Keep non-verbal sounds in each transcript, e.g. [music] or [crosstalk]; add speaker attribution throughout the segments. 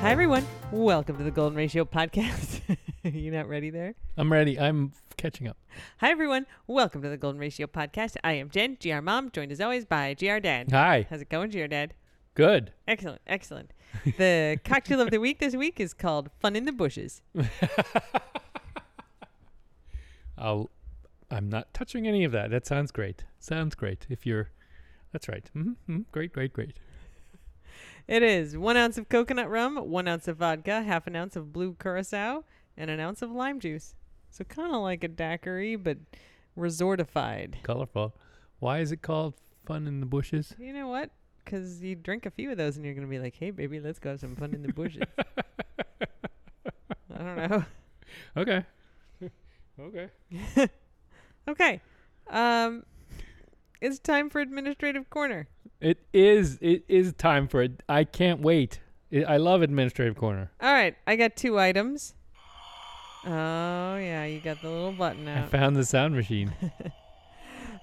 Speaker 1: Hi, everyone. Welcome to the Golden Ratio Podcast. [laughs] you not ready there?
Speaker 2: I'm ready. I'm f- catching up.
Speaker 1: Hi, everyone. Welcome to the Golden Ratio Podcast. I am Jen, GR Mom, joined as always by GR Dad.
Speaker 2: Hi.
Speaker 1: How's it going, GR Dad?
Speaker 2: Good.
Speaker 1: Excellent, excellent. The cocktail of the week this week is called Fun in the Bushes.
Speaker 2: I'll. I'm not touching any of that. That sounds great. Sounds great. If you're, that's right. hmm Great. Great. Great.
Speaker 1: It is one ounce of coconut rum, one ounce of vodka, half an ounce of blue curacao, and an ounce of lime juice. So kind of like a daiquiri, but resortified.
Speaker 2: Colorful. Why is it called fun in the bushes?
Speaker 1: You know what? Because you drink a few of those and you're going to be like, hey, baby, let's go have some fun in the bushes. I don't know. [laughs]
Speaker 2: Okay. okay.
Speaker 1: Okay. Um, it's time for Administrative Corner.
Speaker 2: It is. It is time for it. I can't wait. I I love administrative corner.
Speaker 1: All right. I got two items. Oh, yeah. You got the little button
Speaker 2: I
Speaker 1: out.
Speaker 2: found the sound machine.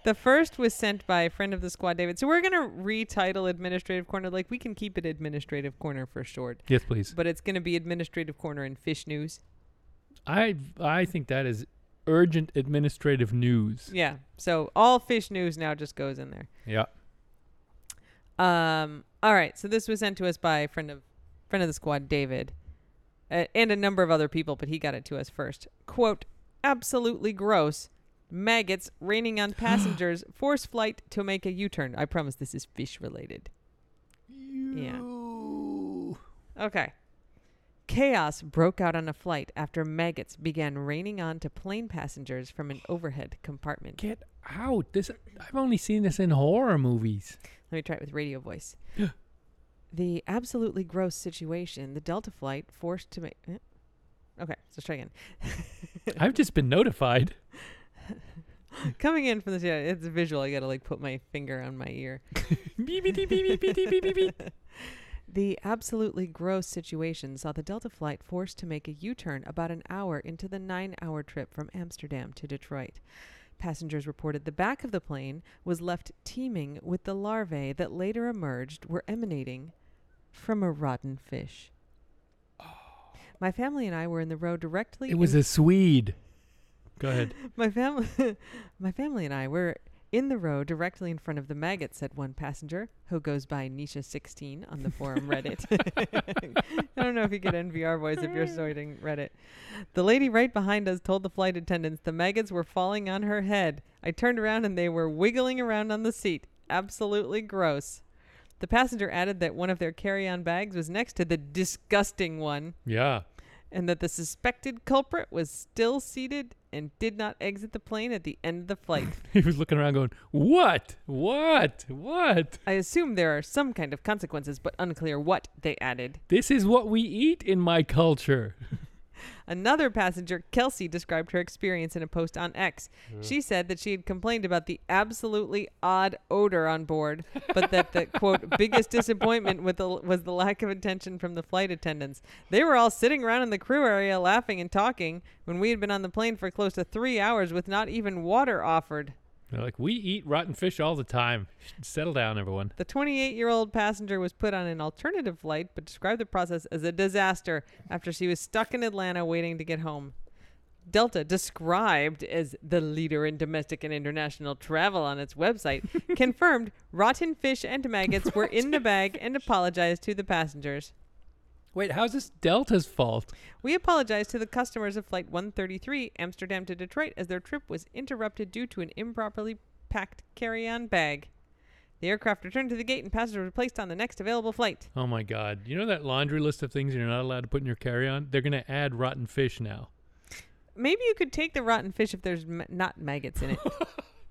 Speaker 1: The first was sent by a friend of the squad, David. So we're going to retitle Administrative Corner. Like, we can keep it Administrative Corner for short,
Speaker 2: [laughs] yes, please.
Speaker 1: but it's going to be Administrative Corner and Fish News.
Speaker 2: I I think that is urgent administrative news.
Speaker 1: Yeah. So all Fish News now just goes in there.
Speaker 2: Yeah.
Speaker 1: Um. All right. So this was sent to us by a friend of friend of the squad, David, uh, and a number of other people, but he got it to us first. Quote: Absolutely gross. Maggots raining on passengers. Force flight to make a U-turn. I promise this is fish related. Okay. Chaos broke out on a flight after maggots began raining onto plane passengers from an overhead compartment.
Speaker 2: Get out. This I've only seen this in horror movies.
Speaker 1: Let me try it with radio voice. the absolutely gross situation the Delta flight forced to make. eh? Okay, so let's try again.
Speaker 2: I've just been notified. [laughs]
Speaker 1: Coming in from the yeah, it's visual. I gotta like put my finger on my ear.
Speaker 2: Beep, beep, beep, beep, beep, beep, beep, beep, beep.
Speaker 1: The absolutely gross situation saw the Delta flight forced to make a U turn about an hour into the nine hour trip from Amsterdam to Detroit. Passengers reported the back of the plane was left teeming with the larvae that later emerged were emanating from a rotten fish. My family and I were in the row directly.
Speaker 2: Oh. It was
Speaker 1: in-
Speaker 2: a Swede. Go ahead.
Speaker 1: my family, [laughs] my family and I were in the row directly in front of the maggot, said one passenger, who goes by Nisha16 on the forum Reddit. [laughs] I don't know if you get NPR voice if you're sorting Reddit. The lady right behind us told the flight attendants the maggots were falling on her head. I turned around and they were wiggling around on the seat. Absolutely gross. The passenger added that one of their carry on bags was next to the disgusting one
Speaker 2: Yeah. [laughs]
Speaker 1: and that the suspected culprit was still seated and did not exit the plane at the end of the flight.
Speaker 2: He was looking around going, What? What? What?
Speaker 1: I assume there are some kind of consequences, but unclear what, they added.
Speaker 2: This is what we eat in my culture.
Speaker 1: Another passenger, Kelsey, described her experience in a post on X. She said that she had complained about the absolutely odd odor on board, but that the quote biggest disappointment with the, was the lack of attention from the flight attendants. They were all sitting around in the crew area laughing and talking when we had been on the plane for close to three hours with not even water offered.
Speaker 2: They're like, We eat rotten fish all the time. [laughs] Settle down, everyone.
Speaker 1: The 28 year old passenger was put on an alternative flight, but described the process as a disaster after she was stuck in Atlanta waiting to get home. Delta, described as the leader in domestic and international travel on its website, confirmed rotten fish and maggots were in the bag and apologized to the passengers.
Speaker 2: Wait, how's this Delta's fault?
Speaker 1: We apologize to the customers of Flight 133, Amsterdam to Detroit, as their trip was interrupted due to an improperly packed carry on bag. The aircraft returned to the gate and passengers were placed on the next available flight.
Speaker 2: Oh my God. You know that laundry list of things you're not allowed to put in your carry on? They're going to add rotten fish now.
Speaker 1: Maybe you could take the rotten fish if there's m- not maggots
Speaker 2: [laughs]
Speaker 1: in it.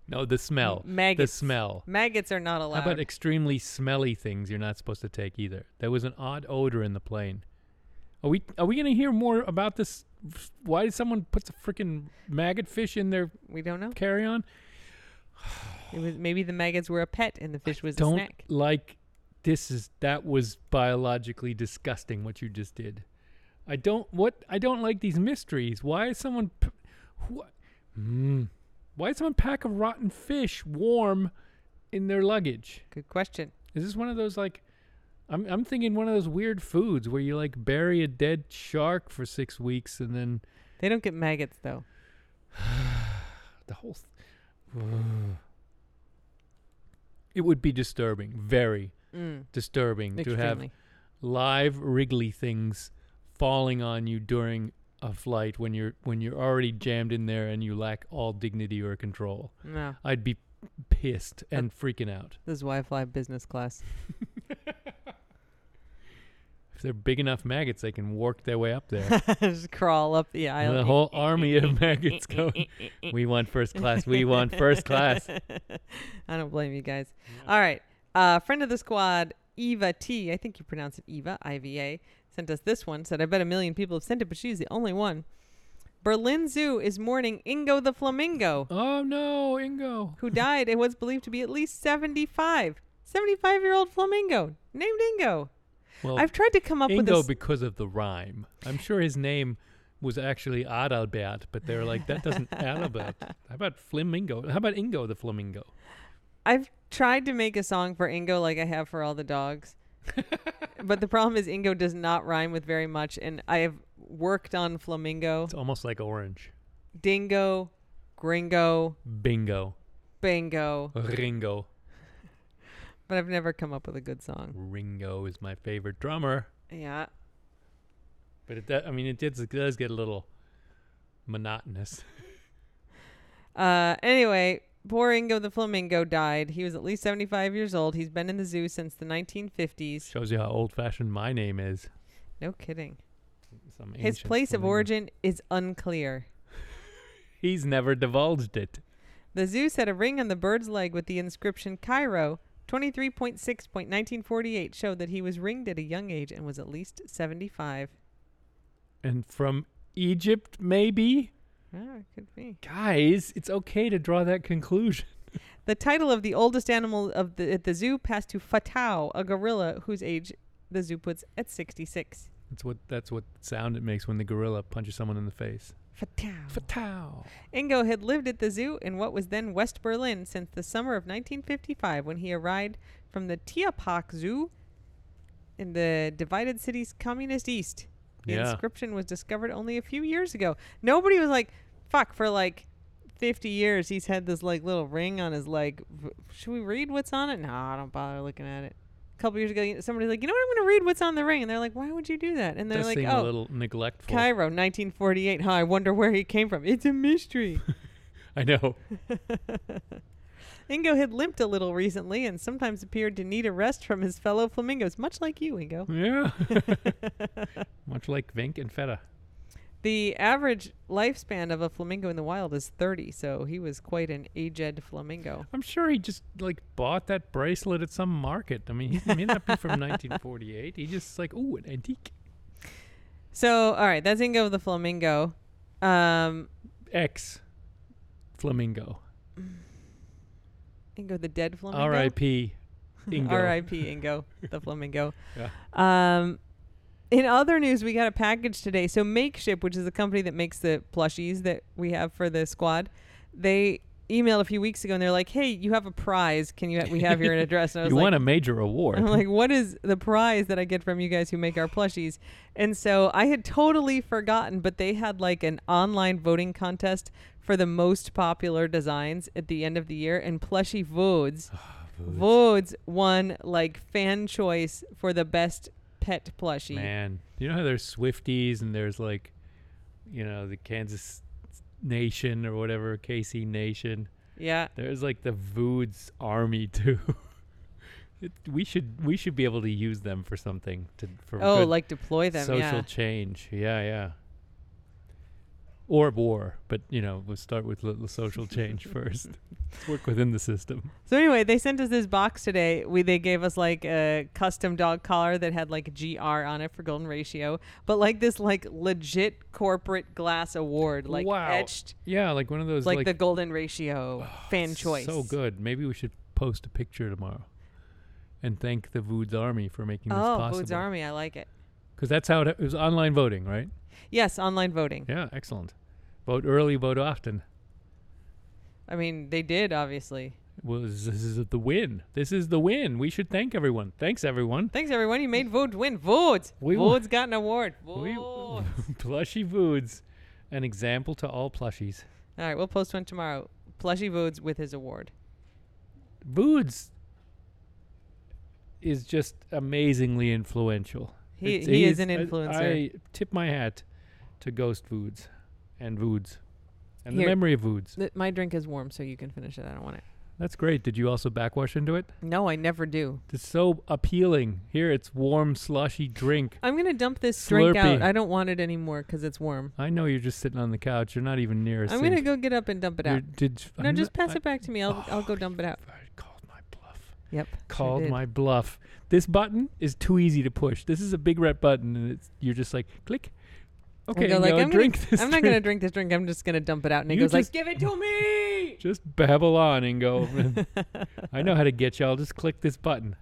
Speaker 2: No, the smell.
Speaker 1: maggots.
Speaker 2: The smell.
Speaker 1: Maggots are not allowed.
Speaker 2: How about extremely smelly things you're not supposed to take either? There was an odd odor in the plane. Are we are we gonna hear more about this? Why did someone put the freaking maggot fish in their
Speaker 1: we don't know.
Speaker 2: carry on?
Speaker 1: It
Speaker 2: [sighs]
Speaker 1: was, maybe the maggots were a pet and the fish was a
Speaker 2: Don't
Speaker 1: snack.
Speaker 2: like this is that was biologically disgusting what you just did. I don't what I don't like these mysteries. Why is someone p- who, mm, why is someone pack a rotten fish warm in their luggage?
Speaker 1: Good question.
Speaker 2: Is this one of those like I'm I'm thinking one of those weird foods where you like bury a dead shark for six weeks and then
Speaker 1: They don't get maggots though.
Speaker 2: the whole. Th- [sighs] it would be disturbing, very
Speaker 1: Mm,
Speaker 2: disturbing to have
Speaker 1: extremely.
Speaker 2: live wriggly things falling on you during a flight when you're when you're already jammed in there and you lack all dignity or control.
Speaker 1: No,
Speaker 2: I'd be pissed and freaking out.
Speaker 1: this is why I fly business class. [laughs]
Speaker 2: If they're big enough maggots, they can work their way up there.
Speaker 1: Just crawl up the
Speaker 2: And
Speaker 1: aisle.
Speaker 2: the whole army of [laughs] maggots going. We want first class. We want first class.
Speaker 1: [laughs] I don't blame you guys. All right. Uh, friend of the squad, Eva T. I think you pronounce it Eva, I V A, sent us this one. Said, I bet a million people have sent it, but she's the only one. Berlin Zoo is mourning Ingo the Flamingo,
Speaker 2: Oh no, Ingo. [laughs]
Speaker 1: who died and was believed to be at least 75. 75 year old flamingo named Ingo.
Speaker 2: Well,
Speaker 1: I've tried to come up with
Speaker 2: Oh. Ingo
Speaker 1: this.
Speaker 2: because of the rhyme. I'm sure his name was actually Adalbert, but they were like,
Speaker 1: [laughs]
Speaker 2: that doesn't Adalbert. How about Flamingo? How about Ingo the Flamingo?
Speaker 1: I've tried to make a song for Ingo like I have for all the
Speaker 2: [laughs]
Speaker 1: dogs. but the problem is Ingo does not rhyme with very much and I have worked on flamingo,
Speaker 2: It's almost like orange.
Speaker 1: dingo, gringo,
Speaker 2: Bingo.
Speaker 1: bango,
Speaker 2: Ringo.
Speaker 1: but I've never come up with a good song.
Speaker 2: Ringo is my favorite drummer.
Speaker 1: Yeah.
Speaker 2: But it, do- I mean, it does, it does get a little monotonous.
Speaker 1: Uh anyway, poor Ingo the flamingo died. He was at least 75 years old. He's been in the zoo since the 1950s.
Speaker 2: Shows you how old fashioned my name is.
Speaker 1: No kidding.
Speaker 2: Some
Speaker 1: His
Speaker 2: ancient
Speaker 1: place of
Speaker 2: Flamingo.
Speaker 1: origin is unclear.
Speaker 2: He's never divulged it.
Speaker 1: The zoo set a ring on the bird's leg with the inscription Cairo 23.6.1948 showed that he was ringed at a young age and was at least 75.
Speaker 2: And from Egypt, maybe?
Speaker 1: Ah, it could be.
Speaker 2: Guys, it's okay to draw that conclusion. [laughs]
Speaker 1: The title of the oldest animal of the, at the zoo passed to Fatau, a gorilla whose age the zoo puts at 66.
Speaker 2: That's what that's what sound it makes when the gorilla punches someone in the face.
Speaker 1: Fatau.
Speaker 2: Fatal.
Speaker 1: Ingo had lived at the zoo in what was then West Berlin since the summer of 1955 when he arrived from the Tierpark Zoo in the divided city's communist east. The
Speaker 2: Yeah.
Speaker 1: inscription was discovered only a few years ago. Nobody was like, fuck, for like 50 years he's had this like little ring on his leg. V- Should we read what's on it? No, I don't bother looking at it. A couple years ago, somebody's like, you know what, I'm going to read what's on the ring. And they're like, why would you do that? And they're
Speaker 2: Does
Speaker 1: like,
Speaker 2: seem
Speaker 1: oh,
Speaker 2: a little neglectful.
Speaker 1: Cairo, 1948. Huh, I wonder where he came from. It's a mystery. [laughs]
Speaker 2: I know.
Speaker 1: Ingo had limped a little recently and sometimes appeared to need a rest from his fellow flamingos, much like you, Ingo. [laughs]
Speaker 2: Yeah. Much like Vink and Feta.
Speaker 1: The average lifespan of a flamingo in the wild is 30, so he was quite an aged flamingo.
Speaker 2: I'm sure he just like bought that bracelet at some market. I mean, he may not
Speaker 1: [laughs]
Speaker 2: be from 1948. He just like, ooh, an antique.
Speaker 1: So, all right, that's Ingo the flamingo. Um,
Speaker 2: Ex flamingo.
Speaker 1: Ingo the dead flamingo.
Speaker 2: R.I.P.
Speaker 1: [laughs]
Speaker 2: Ingo.
Speaker 1: R.I.P. Ingo,
Speaker 2: [laughs]
Speaker 1: the flamingo.
Speaker 2: Yeah.
Speaker 1: Um, in other news, we got a package today. So Makeship, which is the company that makes the plushies that we have for the squad, they emailed a few weeks ago and they're like, "Hey, you have a prize. Can you? we have
Speaker 2: [laughs]
Speaker 1: your address." And I was
Speaker 2: You
Speaker 1: like,
Speaker 2: won a major
Speaker 1: [laughs]
Speaker 2: award. [laughs]
Speaker 1: I'm like, what is the prize that I get from you guys who make our plushies? And so I had totally forgotten, but they had like an online voting contest for the most popular designs at the end of the year, and plushie votes.
Speaker 2: Ah,
Speaker 1: Vodes won like fan choice for the best pet plushie.
Speaker 2: Man, you know how there's Swifties and there's like, you know, the Kansas Nation or whatever, KC Nation.
Speaker 1: Yeah.
Speaker 2: There's like the Voods Army [laughs] too. it, we should we should be able to use them for something to for
Speaker 1: Oh,
Speaker 2: good
Speaker 1: like deploy them.
Speaker 2: social
Speaker 1: yeah.
Speaker 2: change. Yeah, yeah. Or war, but you know, we'll start with little
Speaker 1: [laughs]
Speaker 2: social change first. Let's work within the system.
Speaker 1: So anyway, they sent us this box today. We they gave us like a custom dog collar that had like GR on it for golden ratio, but like this like legit corporate glass award, like
Speaker 2: Wow.
Speaker 1: etched,
Speaker 2: Yeah, like one of those
Speaker 1: like, Oh,
Speaker 2: like,
Speaker 1: the golden ratio fan choice.
Speaker 2: So good. Maybe we should post a picture tomorrow and thank the Voods Army for making this
Speaker 1: Oh,
Speaker 2: possible.
Speaker 1: Bood's Army, I like it.
Speaker 2: Because that's how it, it was online voting, right?
Speaker 1: Yes, online voting.
Speaker 2: Yeah, excellent. Vote early, vote often.
Speaker 1: I mean, they did obviously.
Speaker 2: was this is the win. This is the win. We should thank everyone. Thanks everyone.
Speaker 1: Thanks everyone. You made Vood win. Vood.
Speaker 2: We-
Speaker 1: Vood's got an award.
Speaker 2: We- [laughs]
Speaker 1: Vood. All
Speaker 2: Plushy foods, an example to all plushies.
Speaker 1: right, we'll post one tomorrow. Plushy Vood's with his award.
Speaker 2: Foods is just amazingly influential.
Speaker 1: He,
Speaker 2: It's-
Speaker 1: he is an
Speaker 2: he's- I-
Speaker 1: influencer.
Speaker 2: I, tip my hat to Ghost Foods and Foods and
Speaker 1: Here.
Speaker 2: the memory of Foods.
Speaker 1: Th- My drink is warm, so you can finish it. I don't want it.
Speaker 2: That's great. Did you also backwash into it?
Speaker 1: No, I never do.
Speaker 2: It's so appealing. Here, it's warm, slushy drink.
Speaker 1: I'm gonna dump this drink out.
Speaker 2: Slurpee.
Speaker 1: I don't want it anymore because it's warm.
Speaker 2: I know you're just sitting on the couch. You're not even near a
Speaker 1: I'm
Speaker 2: sink.
Speaker 1: gonna go get up and dump it
Speaker 2: You're-
Speaker 1: out.
Speaker 2: Did,
Speaker 1: No,
Speaker 2: I'm
Speaker 1: just
Speaker 2: not-
Speaker 1: pass
Speaker 2: I-
Speaker 1: it back to me. I'll I'll go dump it out.
Speaker 2: I called my bluff.
Speaker 1: Yep.
Speaker 2: Called
Speaker 1: did.
Speaker 2: my bluff. This button is too easy to push. This is a big red button, and it's you're just like click. Okay,
Speaker 1: go like,
Speaker 2: now
Speaker 1: "I'm gonna-
Speaker 2: [laughs] drink [laughs] this.
Speaker 1: I'm not gonna drink this drink. I'm just gonna dump it out. And it
Speaker 2: You
Speaker 1: goes like,
Speaker 2: just-
Speaker 1: "Give it to me."
Speaker 2: Just babble on and go. [laughs] I know how to get you. I'll just click this button.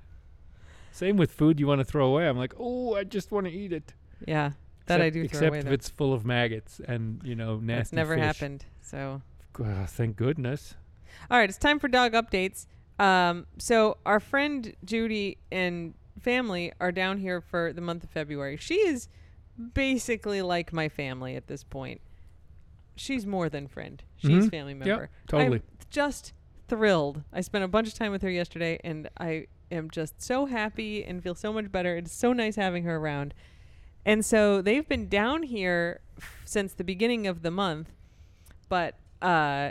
Speaker 2: Same with food you want to throw away. I'm like, oh, I just want to eat it.
Speaker 1: [laughs] Yeah, that
Speaker 2: except,
Speaker 1: I do throw
Speaker 2: Except
Speaker 1: away.
Speaker 2: if
Speaker 1: though.
Speaker 2: it's full of maggots and you know nasty.
Speaker 1: That's never
Speaker 2: fish.
Speaker 1: happened. So.
Speaker 2: Ah, thank goodness.
Speaker 1: All right, it's time for dog updates. Um, so our friend Judy and family are down here for the month of February. She is basically like my family at this point. She's more than friend. She's
Speaker 2: Mhm.
Speaker 1: family
Speaker 2: Yep,
Speaker 1: member.
Speaker 2: totally.
Speaker 1: I'm just thrilled. I spent a bunch of time with her yesterday and I am just so happy and feel so much better. It's so nice having her around. And so they've been down here f- since the beginning of the month, but uh,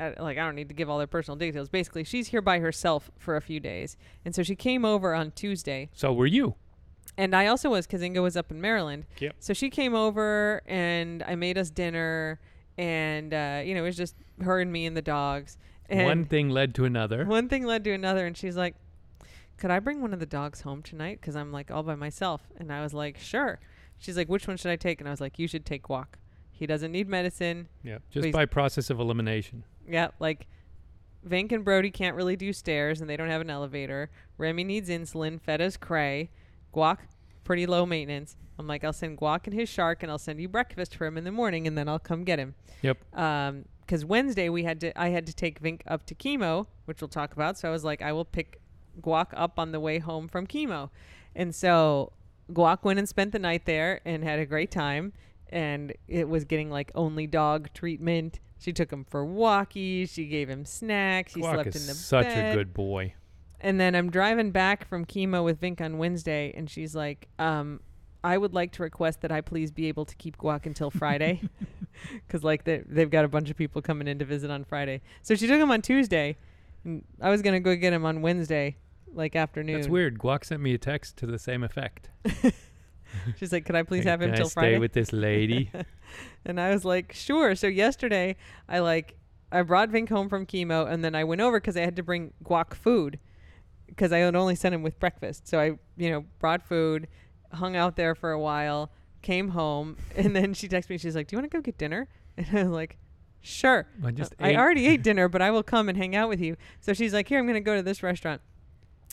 Speaker 1: I, like I don't need to give all their personal details. Basically, she's here by herself for a few days, and so she came over on Tuesday,
Speaker 2: So were you?
Speaker 1: and I also was because Inga was up in Maryland.
Speaker 2: Yep.
Speaker 1: So she came over, and I made us dinner, and uh, you know it was just her and me and the dogs. And
Speaker 2: One thing led to another.
Speaker 1: one thing led to another, and she's like, "Could I bring one of the dogs home tonight? Because I'm like all by myself." And I was like, "Sure." She's like, "Which one should I take?" And I was like, "You should take Walk. He doesn't need medicine.
Speaker 2: Yeah, just
Speaker 1: Please.
Speaker 2: by process of elimination.
Speaker 1: Yeah, like Vank and Brody can't really do stairs, and they don't have an elevator. Remy needs insulin. Feta's cray. Guac, pretty low maintenance. I'm like, I'll send Guac and his shark, and I'll send you breakfast for him in the morning, and then I'll come get him.
Speaker 2: Yep.
Speaker 1: Um, because Wednesday we had to, I had to take Vink up to chemo, which we'll talk about. So I was like, I will pick Guac up on the way home from chemo, and so Guac went and spent the night there and had a great time. And it was getting like only dog treatment. She took him for walkies. She gave him snacks. He
Speaker 2: Quark
Speaker 1: slept
Speaker 2: is
Speaker 1: in the
Speaker 2: such
Speaker 1: bed.
Speaker 2: a good boy.
Speaker 1: And then I'm driving back from chemo with Vink on Wednesday, and she's like, um, I would like to request that I please be able to keep guac until
Speaker 2: [laughs]
Speaker 1: Friday. [laughs] Because, like, they, they've got a bunch of people coming in to visit on Friday. So she took him on Tuesday. And I was going to go get him on Wednesday, like, afternoon.
Speaker 2: That's weird. Guac sent me a text to the same effect.
Speaker 1: She's like, Could I please
Speaker 2: Hey,
Speaker 1: have him
Speaker 2: can I
Speaker 1: till
Speaker 2: stay
Speaker 1: Friday?
Speaker 2: with
Speaker 1: [laughs]
Speaker 2: this lady.
Speaker 1: And I was like, sure. So yesterday, I like I brought Vink home from chemo, and then I went over because I had to bring guac food because I had only sent him with breakfast. So I, you know, brought food, hung out there for a while, came home, [laughs] and then she texted me. She's like, "Do you want to go get dinner?" [laughs] And I was like, "Sure."
Speaker 2: I just
Speaker 1: I
Speaker 2: ate-
Speaker 1: already ate dinner, but I will come and hang out with you. So she's like, "Here, I'm going to go to this restaurant."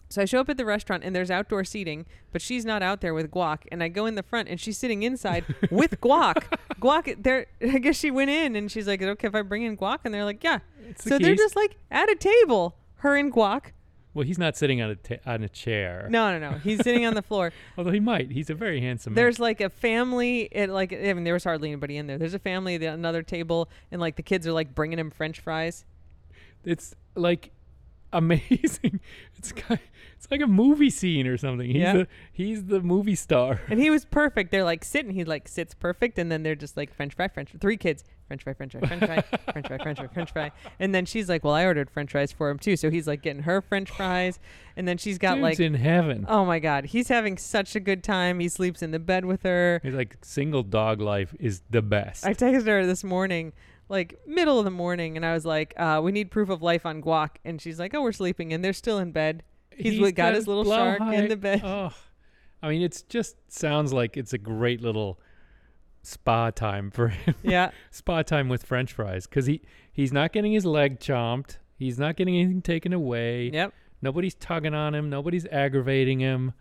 Speaker 1: So I show up at the restaurant and there's outdoor seating, but she's not out there with guac. And I go in the front and she's sitting
Speaker 2: [laughs]
Speaker 1: inside with guac. Guac, there. [laughs] I guess she went in and she's like, "Is it "Okay, if I bring in guac," and they're like, "Yeah."
Speaker 2: It's the
Speaker 1: so they're
Speaker 2: keys.
Speaker 1: just like at a table, her and guac.
Speaker 2: well, he's not sitting on a ta- on a chair.
Speaker 1: No, no, no. He's sitting on
Speaker 2: [laughs]
Speaker 1: the floor.
Speaker 2: although he might. He's a very handsome. man.
Speaker 1: There's like a family. It like I mean, there was hardly anybody in there. There's a family at another table, and like the kids are like bringing him French fries.
Speaker 2: It's like amazing. [laughs] It's kind, it's like a movie scene or something. He's
Speaker 1: Yeah.
Speaker 2: the he's the movie star.
Speaker 1: And he was perfect. They're like sitting. He like sits perfect, and then they're just like French fry, French three kids, French fry, French fry, French fry,
Speaker 2: [laughs]
Speaker 1: French fry, French fry, French fry. And then she's like, "Well, I ordered French fries for him too." So he's like getting her French fries, and then she's got
Speaker 2: Dude's
Speaker 1: like,
Speaker 2: in heaven.
Speaker 1: "Oh my God, he's having such a good time. He sleeps in the bed with her."
Speaker 2: He's like single dog life is the best.
Speaker 1: I texted her this morning, like middle of the morning, and I was like, uh, "We need proof of life on Guac," and she's like, "Oh, we're sleeping, and they're still in bed." He's,
Speaker 2: He's
Speaker 1: wi- got, his little
Speaker 2: blow
Speaker 1: shark
Speaker 2: high-
Speaker 1: in the bed.
Speaker 2: Oh, I mean, it's just sounds like it's a great little spa time for him. [laughs]
Speaker 1: yeah,
Speaker 2: spa time with French fries because he he's not getting his leg chomped. He's not getting anything taken away.
Speaker 1: yep.
Speaker 2: Nobody's tugging on him. Nobody's aggravating him.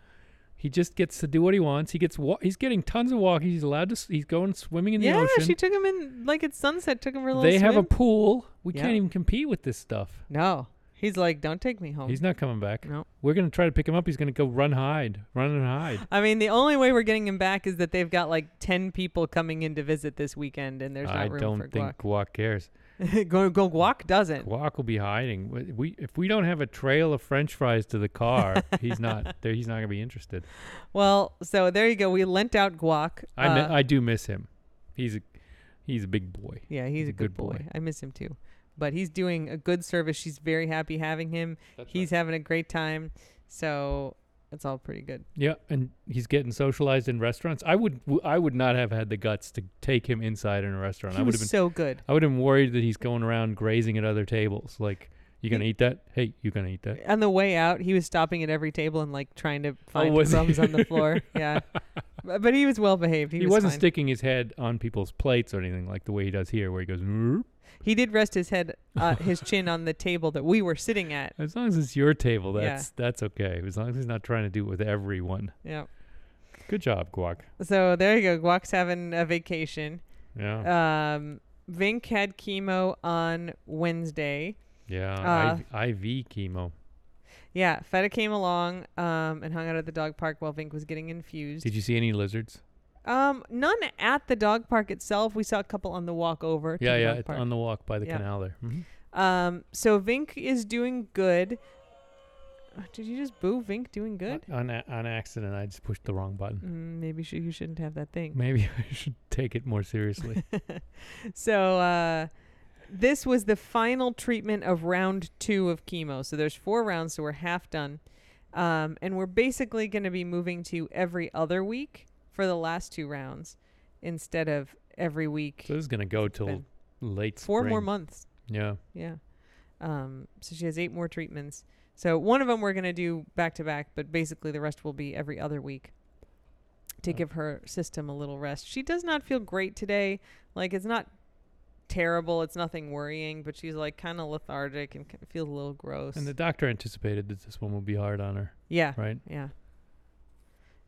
Speaker 2: He just gets to do what he wants. He gets wa- he's getting tons of walking. He's allowed to. s- He's going swimming in the
Speaker 1: Yeah,
Speaker 2: ocean.
Speaker 1: she took him in like at sunset. Took him for a little.
Speaker 2: they have a
Speaker 1: swim.
Speaker 2: pool. We
Speaker 1: Yeah.
Speaker 2: can't even compete with this stuff.
Speaker 1: No. He's like, don't take me home.
Speaker 2: He's not coming back.
Speaker 1: No.
Speaker 2: We're gonna try to pick him up. He's gonna go run hide, run and hide.
Speaker 1: I mean, the only way we're getting him back is that they've got like 10 people coming in to visit this weekend and [sighs] there's not
Speaker 2: I
Speaker 1: room
Speaker 2: don't
Speaker 1: for
Speaker 2: think Guac cares.
Speaker 1: Guac. [laughs] go, go, Guac doesn't.
Speaker 2: Guac will be hiding. We- We if we don't have a trail of French fries to
Speaker 1: [laughs]
Speaker 2: the car, he's not there. He's not gonna be interested.
Speaker 1: Well, so there you go. We lent out Guac.
Speaker 2: I mi-
Speaker 1: Uh,
Speaker 2: I do miss him. He's a he's a big boy.
Speaker 1: yeah, he's, a good boy. I miss him too. But he's doing a good service. She's very happy having him. he's having a great time. So it's all pretty good.
Speaker 2: yeah, and he's getting socialized in restaurants. I would w- I would not have had the guts to take him inside in a restaurant.
Speaker 1: He
Speaker 2: I would
Speaker 1: was
Speaker 2: have been
Speaker 1: so good.
Speaker 2: I would have been worried that he's going around grazing at other tables. Like you gonna eat that? Hey, you gonna eat that?
Speaker 1: On the way out, he was stopping at every table and like trying to find
Speaker 2: Oh, was he?
Speaker 1: crumbs on the
Speaker 2: [laughs]
Speaker 1: floor. Yeah, but, but he was well behaved. He,
Speaker 2: He,
Speaker 1: was
Speaker 2: wasn't
Speaker 1: fine.
Speaker 2: sticking his head on people's plates or anything like the way he does here, where he goes. "Mrp."
Speaker 1: He did rest his head, uh, his chin on the table that we were sitting at.
Speaker 2: As long as it's your table,
Speaker 1: Yeah.
Speaker 2: that's that's okay. As long as he's not trying to do it with everyone.
Speaker 1: Yeah.
Speaker 2: Good job, Guac.
Speaker 1: So there you go. Guac's having a vacation.
Speaker 2: Yeah,
Speaker 1: Um, Vink had chemo on Wednesday. uh,
Speaker 2: yeah. I IV chemo.
Speaker 1: Yeah, Feta came along um, and hung out at the dog park while Vink was getting infused.
Speaker 2: Did you see any lizards?
Speaker 1: Um, none at the dog park itself. We saw a couple on the walk over. To
Speaker 2: yeah,
Speaker 1: the
Speaker 2: yeah.
Speaker 1: Dog
Speaker 2: It's
Speaker 1: park.
Speaker 2: on the walk by the
Speaker 1: Yeah.
Speaker 2: canal there. Mhm.
Speaker 1: Um, so Vink is doing good. Uh, Did you just boo Vink doing good?
Speaker 2: O- On a- on accident, I just pushed the wrong button.
Speaker 1: Mm, maybe sh- you shouldn't have that thing.
Speaker 2: Maybe [laughs] I should take it more
Speaker 1: [laughs]
Speaker 2: seriously.
Speaker 1: So uh, this was the final treatment of round two of chemo. So there's four rounds, so we're half done, um, and we're basically going to be moving to every other week for the last two rounds instead of every week.
Speaker 2: so this is gonna go till
Speaker 1: been
Speaker 2: late
Speaker 1: Four more
Speaker 2: spring.
Speaker 1: months.
Speaker 2: Yeah.
Speaker 1: Yeah. Um, so she has eight more treatments. So one of them we're going to do back to back, but basically the rest will be every other week to
Speaker 2: Oh.
Speaker 1: give her system a little rest. She does not feel great today. Like it's not terrible, it's nothing worrying, but she's like kind of lethargic and k- feels a little gross.
Speaker 2: And the doctor anticipated that this one would be hard on her,
Speaker 1: yeah.
Speaker 2: right?
Speaker 1: Yeah.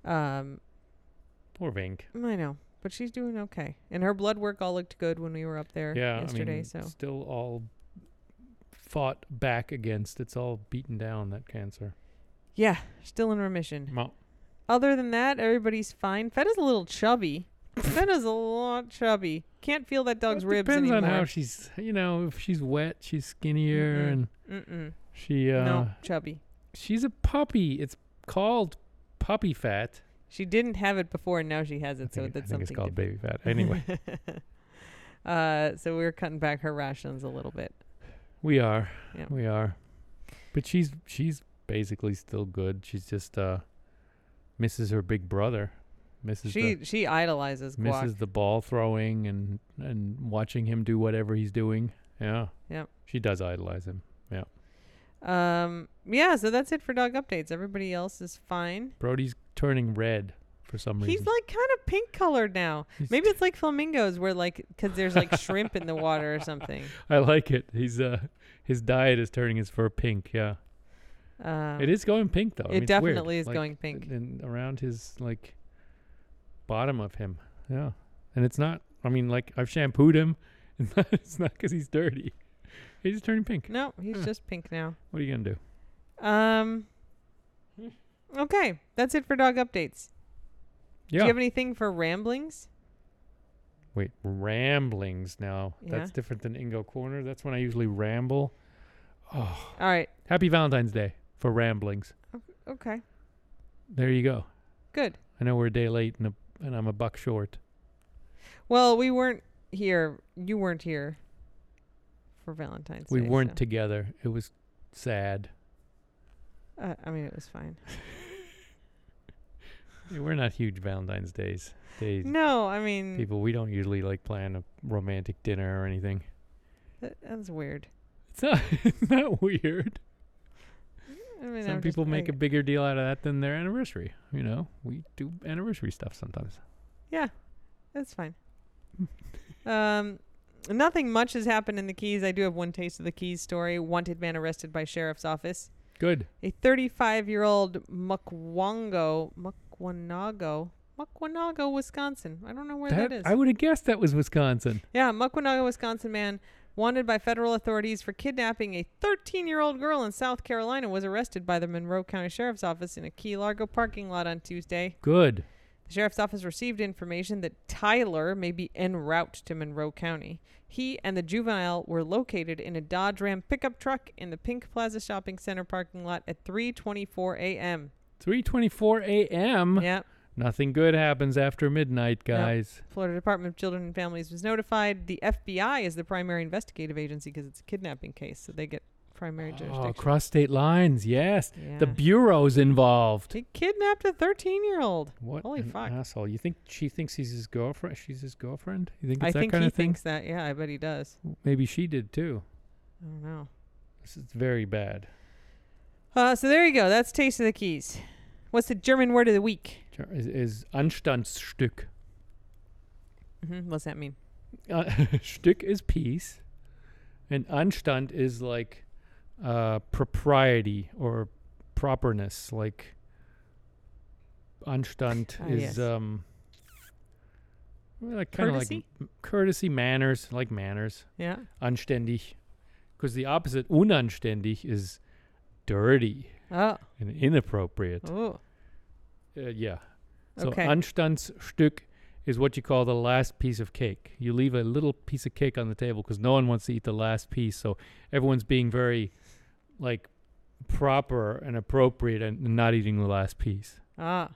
Speaker 1: Um,
Speaker 2: Poor Vink.
Speaker 1: I know, but she's doing okay. And her blood work all looked good when we were up there
Speaker 2: Yeah.
Speaker 1: yesterday,
Speaker 2: I mean,
Speaker 1: so
Speaker 2: still all fought back against. It's all beaten down that cancer.
Speaker 1: yeah, still in remission.
Speaker 2: Well,
Speaker 1: other than that, everybody's fine. Feta's a little chubby. Feta's a lot chubby. Can't feel that dog's
Speaker 2: it
Speaker 1: ribs
Speaker 2: depends
Speaker 1: anymore.
Speaker 2: on how she's. You know, if she's wet, she's skinnier,
Speaker 1: Mm-mm.
Speaker 2: and
Speaker 1: Mm-mm.
Speaker 2: she. Uh,
Speaker 1: no, chubby.
Speaker 2: She's a puppy. It's called puppy fat.
Speaker 1: She didn't have it before, and now she has
Speaker 2: I
Speaker 1: it. So
Speaker 2: think, it- I
Speaker 1: that's
Speaker 2: think
Speaker 1: something
Speaker 2: it's called
Speaker 1: different.
Speaker 2: baby fat. Anyway,
Speaker 1: [laughs] uh, so we were cutting back her rations a little bit.
Speaker 2: we are.
Speaker 1: Yeah.
Speaker 2: We are. But she's she's basically still good. She's just uh misses her big brother. Misses
Speaker 1: she
Speaker 2: the
Speaker 1: she idolizes Guac.
Speaker 2: misses the ball throwing and and watching him do whatever he's doing. Yeah.
Speaker 1: Yep.
Speaker 2: She does idolize him.
Speaker 1: Um, yeah. So that's it for dog updates. Everybody else is fine.
Speaker 2: Brody's turning red for some reason.
Speaker 1: He's like kind of pink colored now.
Speaker 2: He's-
Speaker 1: Maybe it's like flamingos, where like because there's like shrimp in the water or
Speaker 2: [laughs]
Speaker 1: something.
Speaker 2: I like it. He's uh his diet is turning his fur pink, yeah.
Speaker 1: Um,
Speaker 2: It is going pink though.
Speaker 1: it
Speaker 2: I mean, it's weird.
Speaker 1: definitely is
Speaker 2: Like,
Speaker 1: going pink.
Speaker 2: and around his like bottom of him. Yeah, and it's not. I mean, like I've shampooed him. [laughs] It's not because he's dirty. He's just turning pink.
Speaker 1: No, he's
Speaker 2: Huh.
Speaker 1: just pink now.
Speaker 2: What are you gonna do?
Speaker 1: Um. Okay, that's it for dog updates. Do
Speaker 2: Yeah.
Speaker 1: you have anything for ramblings?
Speaker 2: Wait, ramblings now. That's
Speaker 1: Yeah.
Speaker 2: different than Ingo Corner. That's when I usually ramble. Oh,
Speaker 1: All right.
Speaker 2: happy Valentine's Day for ramblings.
Speaker 1: Okay.
Speaker 2: There you go.
Speaker 1: Good.
Speaker 2: I know we're a day late and a, and I'm a buck short.
Speaker 1: Well, we weren't here. You weren't here for Valentine's
Speaker 2: We
Speaker 1: Day.
Speaker 2: weren't
Speaker 1: so-
Speaker 2: together. It was sad.
Speaker 1: uh, I mean, it was fine.
Speaker 2: We're not huge Valentine's days. Days.
Speaker 1: No, I mean,
Speaker 2: people we don't usually like plan a romantic dinner or
Speaker 1: [laughs]
Speaker 2: anything
Speaker 1: that, that's weird.
Speaker 2: it's not it's not weird
Speaker 1: I mean,
Speaker 2: some
Speaker 1: I'm
Speaker 2: people
Speaker 1: just,
Speaker 2: make
Speaker 1: I,
Speaker 2: a bigger deal out of that than their anniversary you know we do anniversary stuff sometimes
Speaker 1: That's
Speaker 2: [laughs]
Speaker 1: fine. um, nothing much has happened in the Keys. I do have one taste of the Keys story. Wanted man arrested by sheriff's office.
Speaker 2: good
Speaker 1: A 35 year old Mukwango, Mukwanago, Mukwanago, Wisconsin. I don't know where that
Speaker 2: That-
Speaker 1: is.
Speaker 2: i would have guessed that was wisconsin
Speaker 1: yeah, Mukwanago, Wisconsin man wanted by federal authorities for kidnapping a 13 year old girl in South Carolina, was arrested by the Monroe County Sheriff's Office in a Key Largo parking lot on Tuesday.
Speaker 2: Good.
Speaker 1: The sheriff's office received information that Tyler may be en route to Monroe County. He and the juvenile were located in a Dodge Ram pickup truck in the Pink Plaza Shopping Center parking lot at 3:24 a.m.
Speaker 2: 3:24 a.m.
Speaker 1: yeah,
Speaker 2: Nothing good happens after midnight, guys.
Speaker 1: Florida Department of Children and Families was notified. The FBI is the primary investigative agency because it's a kidnapping case, so they get primary
Speaker 2: Oh,
Speaker 1: jurisdiction.
Speaker 2: cross state lines. Yes.
Speaker 1: yeah.
Speaker 2: The bureau's involved.
Speaker 1: he kidnapped a 13-year-old.
Speaker 2: What
Speaker 1: Holy
Speaker 2: an
Speaker 1: fuck.
Speaker 2: asshole! You think she thinks he's his girlfriend? She's his girlfriend? You think it's
Speaker 1: I
Speaker 2: that
Speaker 1: think
Speaker 2: kind
Speaker 1: he
Speaker 2: of thing?
Speaker 1: thinks that. Yeah, I bet he does.
Speaker 2: Maybe she did too.
Speaker 1: I don't know.
Speaker 2: This is very bad.
Speaker 1: Uh, so there you go. That's taste of the keys. What's the German word of the week?
Speaker 2: Ger- Is, is Anstandsstück. [laughs]
Speaker 1: hmm What's that mean?
Speaker 2: Uh, Stück is peace, and Anstand is like uh, propriety or properness. Like Anstand
Speaker 1: Ah,
Speaker 2: is
Speaker 1: yes.
Speaker 2: um, well, like kind of like
Speaker 1: Courtesy?
Speaker 2: m- courtesy, manners, like manners.
Speaker 1: Yeah.
Speaker 2: Anständig, because the opposite unanständig is dirty
Speaker 1: Oh.
Speaker 2: and inappropriate.
Speaker 1: Oh.
Speaker 2: Uh, yeah. So
Speaker 1: Okay.
Speaker 2: Anstandsstück is what you call the last piece of cake. You leave a little piece of cake on the table because no one wants to eat the last piece. So everyone's being very, like, proper and appropriate and not eating the last piece.
Speaker 1: Ah.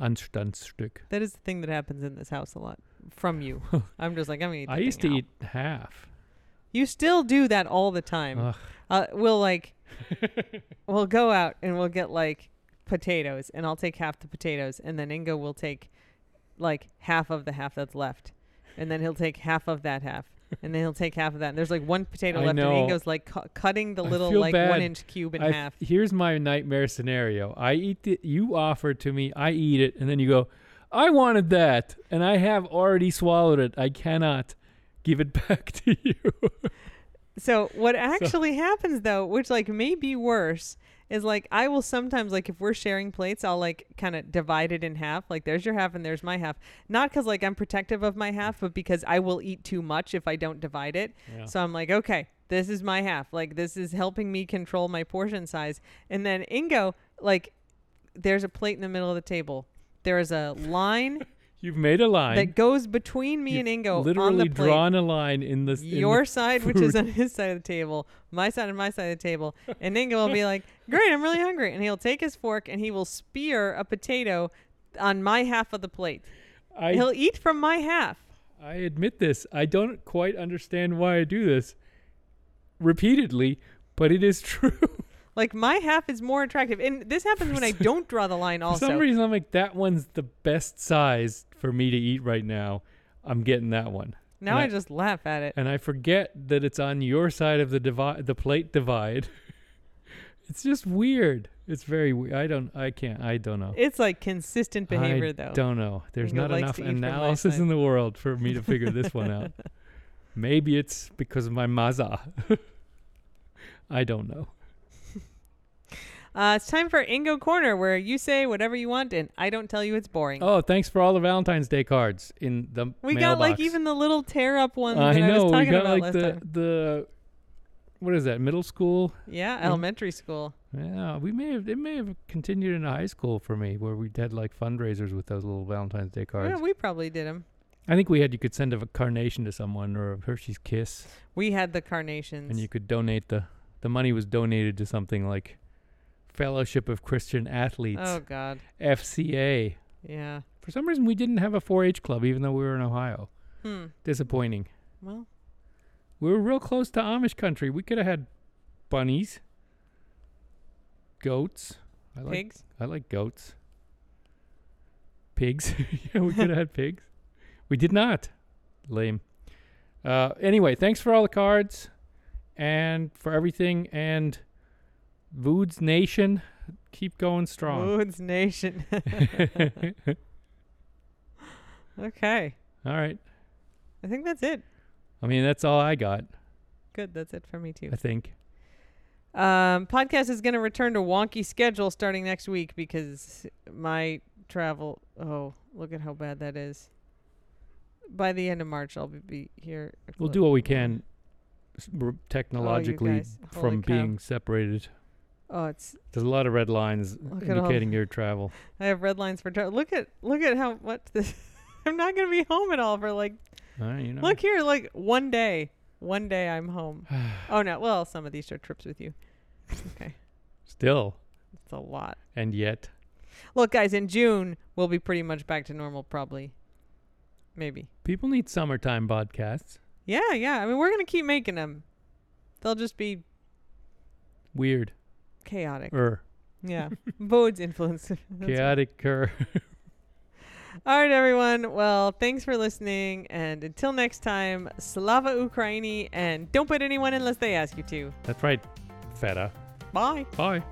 Speaker 2: Anstandsstück.
Speaker 1: That is the thing that happens in this house a lot. From
Speaker 2: [laughs]
Speaker 1: you. I'm just like I'm gonna eat.
Speaker 2: I
Speaker 1: that
Speaker 2: used to
Speaker 1: thing now.
Speaker 2: eat half.
Speaker 1: You still do that all the time.
Speaker 2: Ugh.
Speaker 1: Uh, we'll
Speaker 2: [laughs]
Speaker 1: like, we'll go out and we'll get like potatoes, and I'll take half the potatoes, and then Ingo will take like half of the half that's left, and then he'll take half of that half. And then he'll take half of that. And there's like one potato
Speaker 2: I
Speaker 1: left,
Speaker 2: know.
Speaker 1: and Ingo's like cu- cutting the
Speaker 2: I
Speaker 1: little
Speaker 2: feel
Speaker 1: like
Speaker 2: bad.
Speaker 1: one inch cube in
Speaker 2: I-
Speaker 1: half.
Speaker 2: Here's my nightmare scenario. I eat the you offer it to me, I eat it, and then you go, I wanted that, and I have already swallowed it. I cannot give it [laughs] back to you.
Speaker 1: So
Speaker 2: [laughs]
Speaker 1: what actually happens though, which like may be worse, is like I will sometimes like if we're sharing plates, I'll like kind of divide it in half. Like there's your half and there's my half. Not because like I'm protective of my half, but because I will eat too much if I don't divide it.
Speaker 2: Yeah.
Speaker 1: So I'm like, okay, this is my half. Like this is helping me control my portion size. And then Ingo, like, there's a plate in the middle of the table. There is a
Speaker 2: [laughs]
Speaker 1: line
Speaker 2: You've made a line.
Speaker 1: that goes between me
Speaker 2: You've
Speaker 1: and Ingo on
Speaker 2: Literally
Speaker 1: the plate
Speaker 2: drawn a line in this. in the-
Speaker 1: your side, which is
Speaker 2: food.
Speaker 1: on his side of the table, my side on my side of the table, and Ingo will be
Speaker 2: [laughs]
Speaker 1: like, "Great, I'm really hungry," and he'll take his fork and he will spear a potato on my half of the plate.
Speaker 2: I,
Speaker 1: he'll eat from my half.
Speaker 2: I admit this. I don't quite understand why I do this repeatedly, but it is [laughs] true.
Speaker 1: Like my half is more attractive, and this happens when I don't draw the line.
Speaker 2: [laughs] For
Speaker 1: Also,
Speaker 2: some reason, I'm like, that one's the best size for me to eat right now. I'm getting that one.
Speaker 1: now
Speaker 2: and
Speaker 1: I
Speaker 2: I-
Speaker 1: just laugh at it.
Speaker 2: [laughs] and I forget that it's on your side of the divide, the plate divide. [laughs] it's just weird. It's very weird. I don't. I can't. I don't know.
Speaker 1: It's like consistent behavior,
Speaker 2: I
Speaker 1: though.
Speaker 2: Don't know. There's
Speaker 1: Ingo
Speaker 2: not
Speaker 1: likes
Speaker 2: enough
Speaker 1: to eat from my
Speaker 2: analysis
Speaker 1: side.
Speaker 2: in the world for me to figure this
Speaker 1: [laughs]
Speaker 2: one out. Maybe it's because of my maza. [laughs] I don't know.
Speaker 1: Uh, it's time for Ingo Corner, where you say whatever you want, and I don't tell you it's boring.
Speaker 2: Oh, thanks for all the Valentine's Day cards in the
Speaker 1: we
Speaker 2: mailbox.
Speaker 1: got like even the little tear up ones
Speaker 2: I
Speaker 1: that
Speaker 2: know
Speaker 1: I was
Speaker 2: we
Speaker 1: talking
Speaker 2: got
Speaker 1: about
Speaker 2: like
Speaker 1: last
Speaker 2: the
Speaker 1: time.
Speaker 2: the what is that middle school
Speaker 1: Yeah,
Speaker 2: Mm.
Speaker 1: elementary school.
Speaker 2: Yeah, we may have it may have continued into high school for me where we had like fundraisers with those little Valentine's Day cards.
Speaker 1: Yeah, we probably did them.
Speaker 2: I think we had you could send a carnation to someone or a Hershey's kiss
Speaker 1: We had the carnations.
Speaker 2: and you could donate the the money was donated to something like Fellowship of Christian Athletes,
Speaker 1: oh God,
Speaker 2: FCA.
Speaker 1: yeah.
Speaker 2: For some reason we didn't have a 4-H club even though we were in Ohio.
Speaker 1: Hmm.
Speaker 2: Disappointing.
Speaker 1: Well,
Speaker 2: We were real close to Amish country. We could have had bunnies, goats. I like
Speaker 1: pigs.
Speaker 2: I like goats. Pigs. [laughs] yeah, we could have had pigs. We did not. Lame. Uh, anyway, thanks for all the cards and for everything. And Vood's Nation, keep going strong.
Speaker 1: Woods Nation. [laughs]
Speaker 2: all
Speaker 1: okay,
Speaker 2: right.
Speaker 1: I think that's it.
Speaker 2: I mean, that's all I got,
Speaker 1: Good, that's it for me too.
Speaker 2: I think.
Speaker 1: Um, podcast is going to return to wonky schedule starting next week because my travel. Oh, look at how bad that is. by the end of March, I'll be, be here. Oh,
Speaker 2: We'll do what we can s- r- technologically
Speaker 1: guys. Holy
Speaker 2: from
Speaker 1: cow.
Speaker 2: being separated.
Speaker 1: Oh, it's
Speaker 2: There's a lot of red lines
Speaker 1: Look at all-
Speaker 2: indicating your travel.
Speaker 1: I have red lines for. Tra- look at look at how much this. [laughs] I'm not gonna be home at all for like.
Speaker 2: All right, you know.
Speaker 1: Look here, like one day, one day I'm home. oh no, well some of these are trips with you.
Speaker 2: Still,
Speaker 1: It's a lot.
Speaker 2: and yet.
Speaker 1: Look, guys, in June we'll be pretty much back to normal, probably. Maybe.
Speaker 2: People need summertime podcasts.
Speaker 1: Yeah, yeah. I mean, we're gonna keep making them. They'll just be
Speaker 2: Weird. [laughs]
Speaker 1: chaotic.
Speaker 2: Er.
Speaker 1: Yeah, Bode's influence. [laughs] That's right.
Speaker 2: Chaotic. Er. [laughs]
Speaker 1: All right, everyone. Well, thanks for listening. And until next time, Slava Ukraini. And don't put anyone unless they ask you to.
Speaker 2: That's right, feta.
Speaker 1: Bye.
Speaker 2: Bye.